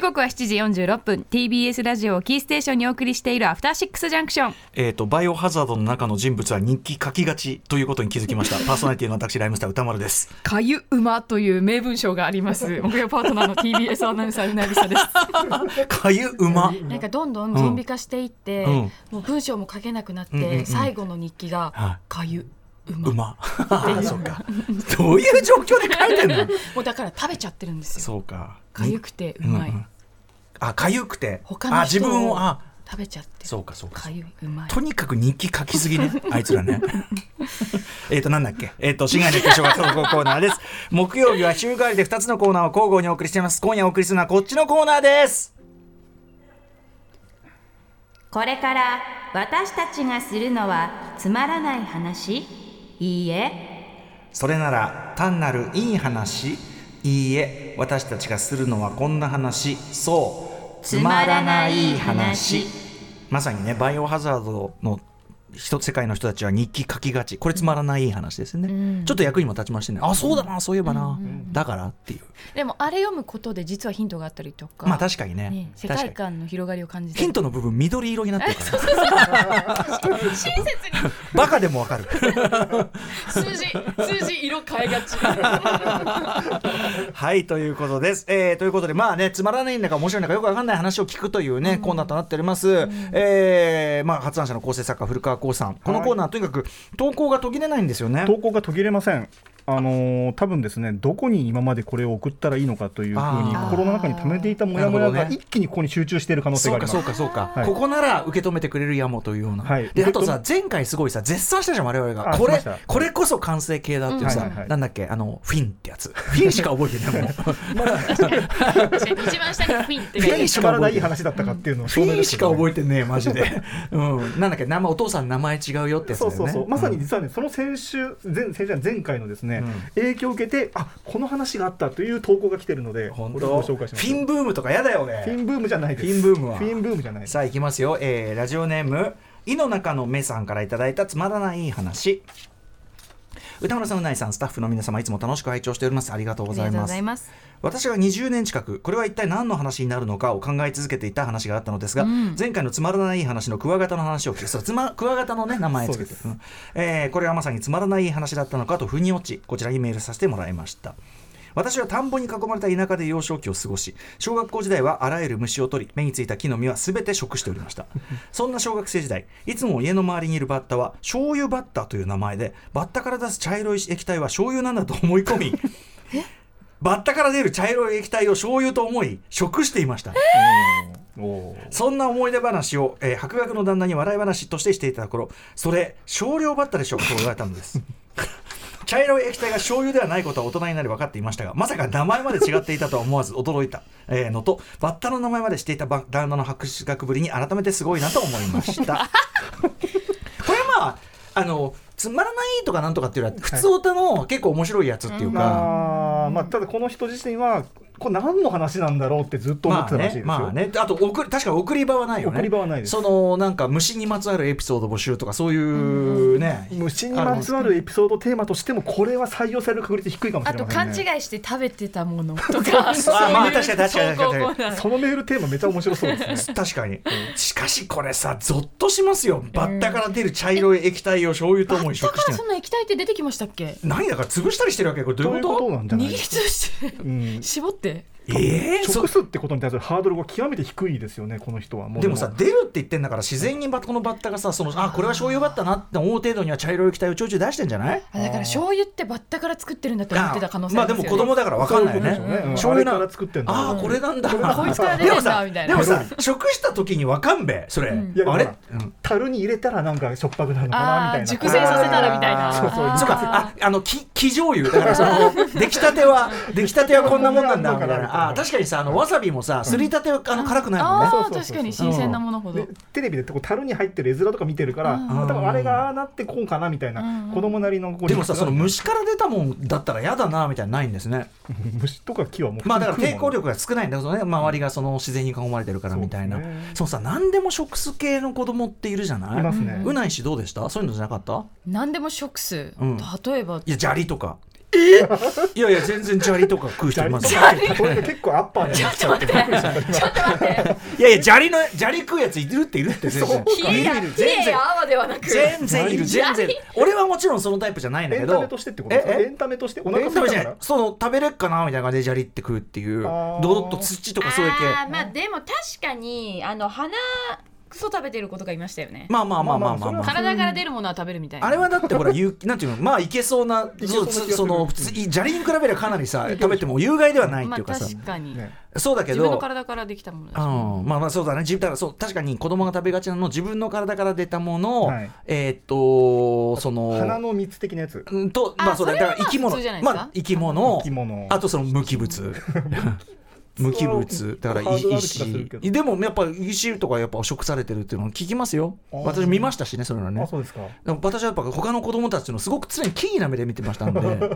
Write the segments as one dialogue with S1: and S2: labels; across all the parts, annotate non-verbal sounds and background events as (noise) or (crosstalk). S1: 刻は7時46分 TBS ラジオをキーステーションにお送りしているアフターシックスジャンクション
S2: えー、とバイオハザードの中の人物は日記書きがちということに気づきま
S3: (laughs)
S2: したパーソナリティの私ライムスター歌丸です
S1: 「かゆ馬」という名文章があり
S3: (laughs)
S1: ます木曜パートナーの TBS アナウンサーうなぎさです
S2: かゆう
S3: (laughs)
S2: ま
S3: なんかどんどん準備化していって、
S2: うん
S3: もう文章も書けなくなって、
S2: うんうんうん
S3: 最後の日記が
S2: は
S3: 「かゆ馬」
S2: う
S3: (laughs)
S2: まそうかどういう状況で書いてん
S3: (laughs)
S2: の
S3: もうだから食べちゃってるんですよ
S2: そうか
S3: かゆくてう
S2: うんう
S3: まい、
S2: んあかゆくて
S3: 他の人
S2: あ
S3: を
S2: 自分をあ
S3: 食べちゃって
S2: そうかそうか
S3: かゆいうまい
S2: とにかく日記書きす
S3: (laughs)
S2: ぎね、あいつらね。 (laughs) えっと、なんだっけ、えっ、と、市外の決勝が総合コーナーです。木曜日は週替わりで2つのコーナーを交互にお送りしています。今夜お送りするのはこっちのコーナーです。
S4: これから私たちがするのはつまらない話いいえ
S2: それなら、単なるいい話、いいえ、私たちがするのはこんな話、そう、
S4: つまらない話。
S2: まさにね、バイオハザードの人世界の人たちは日記書きがち、これつまらないいい話ですね、ちょっと役にも立ちましてね、あ、そうだな、そういえばな、だからっていう、
S1: でもあれ読むことで実はヒントがあったりとか,、
S2: まあ確かにね、
S1: ね、世
S2: 確か
S1: 界
S2: に
S1: 観の広がりを感じて
S2: ヒントの部分緑色になって (laughs) るから。バカでもわかる。
S1: 数字数字色変えがち
S2: はいということです。えーということでまあねつまらないんだか面白いんだかよくわかんない話を聞くというね、コーナーとなっております。えーまあ発案者の構成作家古川光さんこのコーナーとにかく投稿が途切れないんですよね。
S5: 投稿が途切れません。あのー多分ですねどこに今までこれを送ったらいいのかというふうに
S2: あー
S5: 心の中に溜めていたモヤモヤ
S2: なる
S5: が
S2: ほどね
S5: 一気にここに集中している可能性
S2: そう
S5: があり
S2: か
S5: ます
S2: そうかそうか、
S5: はい
S2: ここなら受け止めてくれるやもというような、
S5: はい
S2: であと
S5: 受
S2: さ前回すごいさ絶賛したじゃん我々が
S5: あ
S2: これ
S5: しました
S2: これこそ完成形だっていうさ、
S5: うんはいはい
S2: なんだっけあのフィンってやつフィンしか覚えてないもん
S5: (laughs)
S1: 一番下にフィンって
S2: フ
S5: いか
S2: ィ
S5: に
S2: ンし
S5: つ
S2: か
S5: まら
S2: 覚
S5: な
S2: えて
S5: い
S2: ない
S5: 話だったかっていうのを
S2: フィンしか覚
S5: え
S2: えてねえマジでうんなんだっけ名前お父さんの名前違うよってやつだ
S5: そ
S2: よ
S5: う
S2: ね
S5: そうそうまさに
S2: ん
S5: 実はね、その先週前先週じゃない前回のですね、
S2: うん
S5: 影響を受けてあこの話があったという投稿が来てるので
S2: 本
S5: これ
S2: 当
S5: をご
S2: フ
S5: 紹介します
S2: ィンブームとかやだよ
S5: フ
S2: ね
S5: ィンブームじゃないです
S2: フィンブームは
S5: フィンブームじゃないです
S2: さあいきますよ、えーラジオネーム「井の中の目」さんからいただいたつまらない話歌村さんうないさんスタッフの皆様いつも楽しく拝聴しておりますありがとうございます
S1: ます
S2: 私が20年近くこれは一体何の話になるのかを考え続けていた話があったのですが、前回のつまらない話のクワガタの話を聞いてそうつまクワガタの、ね、名前をつけて、うんえーこれはまさにつまらない話だったのかと腑に落ちこちらにメールさせてもらいました私は田んぼに囲まれた田舎で幼少期を過ごし小学校時代はあらゆる虫を取り目についた木の実は全て食しておりましたそんな小学生時代いつも家の周りにいるバッタは醤油バッタという名前でバッタから出す茶色い液体は醤油なんだと思い込みバッタから出る茶色い液体を醤油と思い食していました、
S5: おー
S2: そんな思い出話を、えー博学の旦那に笑い話としてしていた頃それ少量バッタでしょうと言われたのです茶色い液体が醤油ではないことは大人になり分かっていましたがまさか名前まで違っていたとは思わず驚いた、えーのとバッタの名前までしていたば旦那の博学ぶりに改めてすごいなと思いましたこれはまああのつまらないとかなんとかっていうよりは普通歌の結構面白いやつっていうか、
S5: あーまあただこの人自身はこれ何の話なんだろうってずっと思ってたらしいですよ、
S2: まあね、まあねあと送り確か送り場はないよね。
S5: 送り場はないです
S2: そのなんか虫にまつわるエピソード募集とかそういうね。
S5: 虫にまつわるエピソードテーマとしてもこれは採用される確率低いかもし
S1: あ
S5: れ
S1: と
S5: ませ
S1: 勘
S5: ん
S1: 違い
S5: ね
S1: して食べてたもの (laughs) とか
S2: あまあ確かに確かに確かに
S1: に
S5: そのメールテーマめちゃ面白そうですね
S2: 確かに、しかしこれさゾッとしますよバッタから出る茶色い液体を醤油と思い
S1: 下
S2: 食
S1: か
S2: して
S1: ら
S2: る
S1: そんな液体って出てきましたっけ
S2: 何だから潰したりしてるわけこ (laughs) れど
S5: ど
S2: うい
S5: ういうう
S2: こ
S5: こととなんじゃ
S1: 握
S5: ない
S1: り
S5: です
S1: つぶして
S5: うん
S1: 絞って
S2: えー、そ
S5: 食すってことに対するハードルが極めて低いですよねこの人はもう
S2: でもさ出るって言ってんだから自然にバッこのバッタがさそのあこれは醤油バッタなって思う程度には茶色い液体をちょいちょい出してんじゃない
S1: あだから醤油ってバッタから作ってるんだと思ってた可能性
S2: まあ
S1: り
S2: で
S1: す
S2: も
S1: よね
S2: 子供だから分かんないよね
S5: そういうことでしょうねうん
S2: 醤油な
S5: あれから作ってんだ
S2: ああこれなんだ
S1: こいつから出てんだみたい
S2: で
S1: な
S2: もさ食した時にわかんべそれ、
S5: いや
S2: あ
S5: あ
S2: れ、
S5: れ、
S2: うん
S5: 樽に入れたらなんかしょっぱくなるのかなみ
S1: あ
S5: た
S1: ー
S5: いな
S1: 熟成させたらみたいな
S5: そうそう
S1: あー
S2: そうかああのき生醤油だからその出来たては出来たてはこんなもんなんだみたい
S5: こんなもんなんだ
S2: なあー確かにさあのわさびもさすりたてはあの辛くないもんね、
S1: あ
S5: そうそう
S1: あ
S5: そ
S1: 確
S5: う
S1: かに新鮮なものほど
S5: でテレビでこう樽に入ってる絵面とか見てるから、多分あれがああなってこうかなみたいな、子供なりのこう
S2: でもさその虫から出たもんだったら嫌だなみたいなのないんですね
S5: 虫とか木はもう
S2: まあだから抵抗力が少ないんだけどね周りがその自然に囲まれてるからみたいな
S5: そ
S2: そう
S5: ですね
S2: のさ何でも食す系の子供っているじゃない
S5: いますね
S2: うないしどうでしたそういうのじゃなかった
S1: 何でも食す
S2: うん
S1: 例えば
S2: いや砂利とかいやいや全然砂利とか食う人い (laughs) ますよ
S5: これ結構アッパーじゃない
S3: ちょっと待ってちょっと待って
S2: いやいや砂利の砂利食うやついるっているって全然
S3: 冷えや冷えや泡ではなく
S2: 全然いる全然俺はもちろんそのタイプじゃないんだ
S5: エ
S2: け
S5: ンタ
S2: ど
S5: メとしてってことですか
S2: ええ
S5: エンタメとしてお腹
S2: え
S5: 空
S2: 食べ
S5: い
S2: じ
S5: た
S2: ゃな
S5: か
S2: い
S5: ら
S2: その食べれっかなみたいな感じで砂利って食うっていう
S5: あー
S2: ドロッと土とかそういう系
S4: あーまあでも確かにあの鼻クソ食べてることがいましたよね
S2: まあまあまあまあまあま
S5: まあまあ
S2: あ
S5: それは
S3: 体から出るものは食べるみたいな
S2: あれはだってほら有なんていうのまあいけそうな
S5: け
S2: そ
S5: そううな気が
S2: つ
S5: する
S2: その普通に砂利に比べればかなりさ食べても有害ではないっ
S3: ま
S2: てい
S3: あ
S2: うかさ
S3: 確かに
S5: ね
S2: そうだけ
S3: 自分の
S2: ど
S3: 体からできたものだし
S2: うん、まあまあそうだね自だからそう確かに子供が食べがちなの自分の体から出たものを、
S5: はい
S2: えーっとその
S5: 花の蜜的なやつ
S2: うんとまあ
S3: あ
S2: そうだだ
S3: それ
S2: か
S3: は
S2: ら生き
S3: まあ
S2: 物
S3: 普通じゃないです
S2: ま
S3: か
S2: あ生き物
S5: 生き物
S2: あとその無機
S5: (laughs)
S2: 物無機物だから
S5: ハードルある気がする
S2: 石
S5: けど
S2: でもやっぱ石とかやっぱ食されてるっていうのを聞きますよ
S5: あー
S2: 私見ましたしねそういうの
S5: あ
S2: ね
S5: そうですか
S2: でも私はやっぱ他の子供たちのすごく常にキーな目で見てましたんで
S5: こん (laughs) な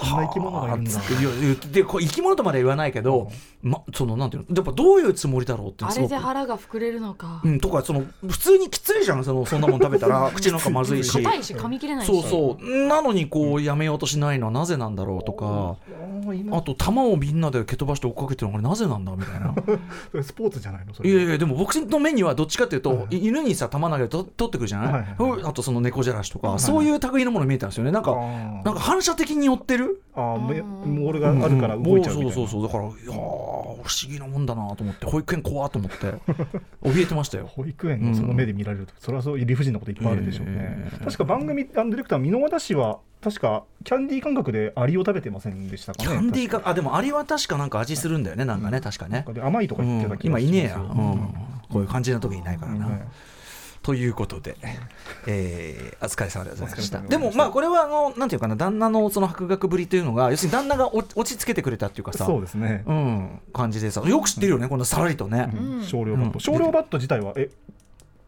S5: 生き物がいるんだ
S2: はあつっていや言ってでこう生き物とまでは言わないけど、ま、そのなんていうのやっぱどういうつもりだろうって
S3: あ
S2: す
S3: れ
S2: ごく
S3: で腹が膨れるのか
S2: うん、とかその普通にきついじゃんそのそんなもん食べた
S5: (laughs)
S2: ら口の中まずいし
S3: 硬いし噛み切れないし
S2: そうそうなのにこうやめようとしないのはなぜなんだろうとか
S5: あ今
S2: あと玉をみんなで蹴飛ばして追っかけてるのあれなぜなんだみたい
S5: (laughs)
S2: な
S5: それスポーツじゃないのそ
S2: い
S5: れ
S2: やいやでも僕の目にはどっちかっていうと、
S5: はい
S2: い犬にさ玉投げてと取ってくるじゃない、
S5: はいはい
S2: うんあとその猫じゃらしとか、
S5: はい
S2: そういう類のもの見えたんですよねなんか
S5: あ
S2: なんか反射的に寄ってる
S5: あーもう
S3: うん
S5: モールがあるから動いちゃうみたいな、
S2: んそうそうそうだからいやー不思議なもんだなと思って保育園怖っと思って
S5: (laughs)
S2: 怯えてましたよ
S5: 保育園のその目で見られると、それはそう理不尽なこといっぱいあるでしょうね、
S2: ええ
S5: 確か番組あのディレクター箕輪田氏は確かキャンディー感覚でアリを食べてませんでしたか
S2: キ
S5: ね
S2: ャンディー
S5: 確
S2: かあでもあれは確かなんか味するんだよねなんかね確かね
S5: か、で甘いとか
S2: う
S5: 言って
S2: ん
S5: た、気が
S2: 今い
S5: します
S2: ね
S5: よ
S2: えや、うんこういう感じな時いないからな、ということ
S5: (laughs)
S2: で、えーお疲れ様でございました
S5: お疲れ様で
S2: で
S5: ございました
S2: もまあこれはあのなんていうかな旦那のその博学ぶりというのが要するに旦那がお落ち着けてくれたっていうかさ
S5: そうですね、
S2: うん、感じでさよく知ってるよね、こんなさらりとね、
S5: うん少量バット、
S2: うん
S5: 少量バット自体はえ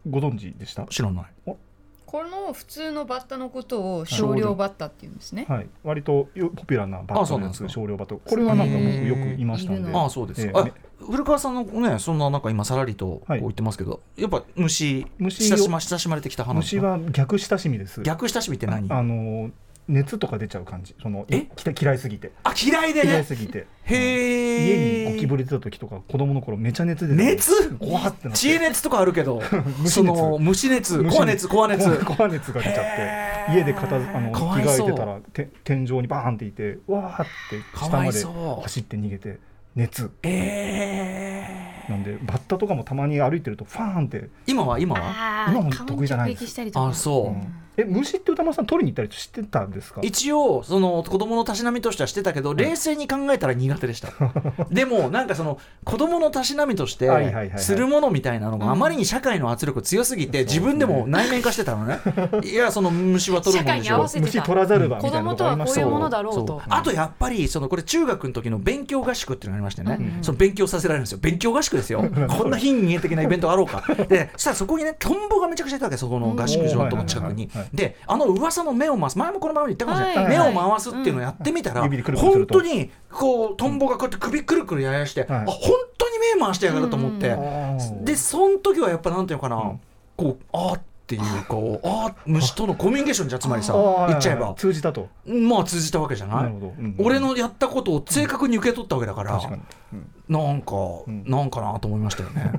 S5: ご存知でした
S2: 知らない
S6: この普通のバッタのことを少量バッタって言うんですね。
S5: はい、割とよポピュラーなバ
S2: あ
S5: ッ
S2: そうな
S5: トの
S2: ん
S5: や
S2: ですか
S5: つ少量バットこれはなんか僕よくいましたん
S6: へ
S5: で
S6: え
S2: ああそうですか、
S5: ええ
S2: あ古川さんのねそんななんか今さらりとこう
S5: はい
S2: 言ってますけど、やっぱ虫
S5: 虫
S2: 親
S5: よ
S2: しま親しまれてきた話
S5: 虫は逆親しみです
S2: 逆親しみって何
S5: あの熱とか出ちゃう感じその
S2: え
S5: きた嫌いすぎて
S2: あ嫌いで
S5: 嫌い
S2: ね
S5: すぎて
S2: へえ
S5: 家にゴキブリ出た時とか子供の頃めちゃ熱で
S2: 熱
S5: 怖ってなっ
S2: 知恵
S5: て
S2: 熱とかあるけ
S5: (laughs)
S2: ど
S5: 熱
S2: その虫熱コア熱コア熱
S5: コア熱が出ちゃ
S2: へ
S5: っ
S2: ー
S5: て家で片づあの着
S2: かわいそう
S5: 替えてたらて天井にバーンっていてわーって
S2: か
S5: 下
S2: わ
S5: ま
S2: い
S5: で
S2: そう
S5: 走って逃げて熱
S2: え
S5: なんでバッタとかもたまに歩いてるとファーンって
S2: ー、今は今は
S3: あ
S5: 今も得意じゃないです
S3: したり
S2: あそう、
S5: うんえ虫って歌丸さん取りに行ったりしてたんですか
S2: 一応その子供のたしなみとしてはしてたけど冷静に考えたら苦手でした
S5: (laughs)
S2: でもなんかその子供のたしなみとして
S5: はいはいはいはい
S2: するものみたいなのがあまりに社会の圧力強すぎて
S5: そうです
S2: 自
S5: ね
S2: 分でも内面化してたの
S5: (laughs)
S2: ねいやその虫は取るもんでし
S3: 社会に合
S2: ょ
S3: わせてた
S5: 虫取らざるばみ
S3: 子
S5: たいな
S3: 供
S5: こと
S3: と
S5: あ
S3: は
S5: りま
S3: こ
S5: し
S3: う
S5: た
S3: いう
S5: よ
S3: ものだろう
S2: そ
S3: と
S2: うあとやっぱりそのこれ中学の時の勉強合宿っていうのがありましてね、
S5: うん
S2: その勉強させられるんですよ勉強合宿ですよこんな非人間的なイベントあろうか
S5: (laughs)
S2: でそしたらそこにねトンボがめちゃくちゃいたわけそこの合宿場のとこ近くに
S5: うんはいはいはいはい
S2: であの噂の目を回す前もこの番組で言ったかもしれない、
S5: はい
S2: 目を回すっていうのをやってみたら、
S5: うん指でくるくるす
S2: 本
S5: ると
S2: 当にこうトンボがこうやって首くるくるややして、
S5: はい
S2: あ本当に目回してやがると思って、
S5: あー
S2: でその時はやっぱなんていうのかな、
S5: うん
S2: こうあーっていうかあー虫とのコミュニケーションじゃつまりさ
S5: あー
S2: 言っちゃえば
S5: 通じたと
S2: まあ通じたわけじゃない
S5: なるほどうん
S2: 俺のやったことを正確に受け取ったわけだから、
S5: 確かにうん
S2: なんか、
S5: ん
S2: なんかなと思いましたよね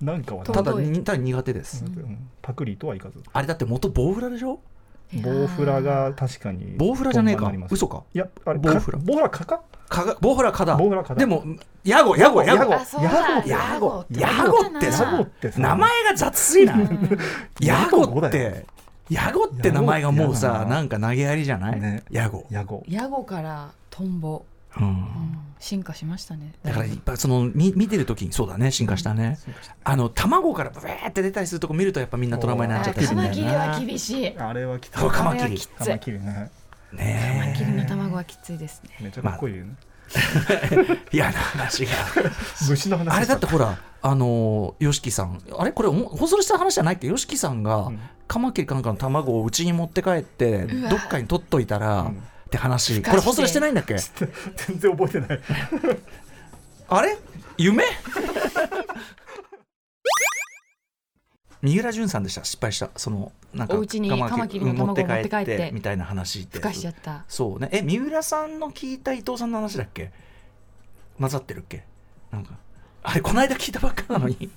S5: なんかは
S2: ただにただ苦手です、
S5: うんパクリとはいかず
S2: あれだって元ボウフラでしょ
S5: ボウフラが確かに
S2: ボウフラじゃねえ
S5: 本
S2: か
S5: 番になります
S2: 嘘か
S5: いやあれ
S2: ボウフラ
S5: かボウフラかか
S2: かがボウフラ蚊だ
S5: ボウフラ蚊だ
S2: でもヤゴヤゴヤゴ
S5: ヤ
S3: あそうだ
S2: ヤゴ
S5: ヤ
S2: ヤ
S5: ゴ
S2: ゴって
S5: ヤゴ
S2: さ
S5: ってさ
S2: 名前が雑すぎないヤゴっ
S5: ヤゴだ
S2: てヤゴって名前がもう
S5: ヤゴっ
S2: さ
S5: て
S2: なんか投げやりじゃない、
S5: ね
S2: ヤゴ、
S5: ヤゴ
S3: ヤゴからトンボ
S2: うん
S3: 進化しましたね
S2: だからいっぱいそのみ見てる時にそうだね進化したねあの卵からブエーって出たりするとこ見るとやっぱみんなトラウマになっちゃったりするんだよ
S3: カマキリは
S2: な
S3: 厳しい
S5: あれはきつい
S2: そうカマキリ
S5: カマキリね
S2: ねえ
S3: カマキリの卵はきついですね
S5: めちゃかっこいいよね
S2: 嫌な話が
S5: 虫の話
S2: あれだってほらあの y o s さんあれこれお放送した話じゃないっけ y o s さんが、
S5: うん
S2: カマキリかなんかの卵をうちに持って帰ってどっかに取っといたら、
S5: ん
S2: って話これ放送してないんだっけ
S5: 全然覚えてない
S2: あれ夢三浦淳さんでした失敗したそのなんか
S7: お家に
S2: カマキ
S7: カマキリの
S2: うん持って帰
S7: 卵を持って帰
S2: っ
S7: って
S2: てみたいな話で
S7: ふかしちゃった
S2: そうねえ三浦さんの聞いた伊藤さんの話だっけ混ざってるっけなんかあれこの間聞いたばっかなのに (laughs)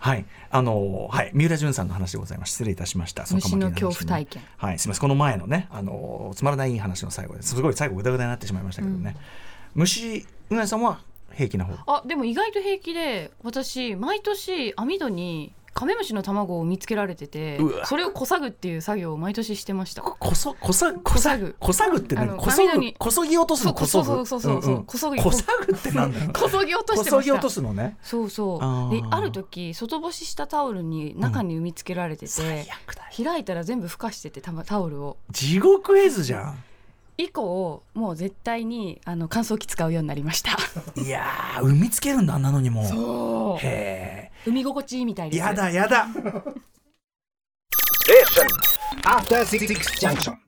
S2: はいあのはい三浦淳さんの話でございます失礼いたしましたそカマキ
S7: 虫
S2: リ
S7: の
S2: 話ね
S7: 恐怖体験
S2: はい、すみません、この前のね、あのーつまらない話の最後です。すごい最後、ぐだぐだになってしまいましたけどね。虫、うなぎさんは平気な方。
S3: あでも意外と平気で私毎年網戸にカメムシの卵を見つけられてて
S2: うわ
S3: それをこさぐっていう作業を毎年してました
S2: ここそ、こさ、こさ
S3: こさぐ
S2: こさぐって
S3: あ
S2: 何
S3: の
S2: こそ
S3: 網
S2: ぐ
S3: 戸に、
S2: こそぎ落とすの、こそぐ。
S3: そうそうそうそうこそ
S2: ん
S3: ぎ
S2: んこさぐってなんだよ。
S3: こそぎ落と
S2: こ
S3: して
S2: そ
S3: ま
S2: ぎ
S3: し
S2: 落と
S3: た
S2: すのね。
S3: そうそう
S2: あー
S3: である時外干ししたタオルに中に見つけられて
S2: 最
S3: て、
S2: 悪だよ。
S3: 開いたら全部ふかしててたまタオルを
S2: 地獄絵図じゃん。
S3: 以降もう絶対にあの乾燥機使うようになりました
S2: いやー、産みつけるんだ、あんなのにも。
S3: (laughs) そ
S2: へ
S3: う海心地いいみたい
S2: え。
S3: です
S2: やだ、やだ。
S5: After Six Junction.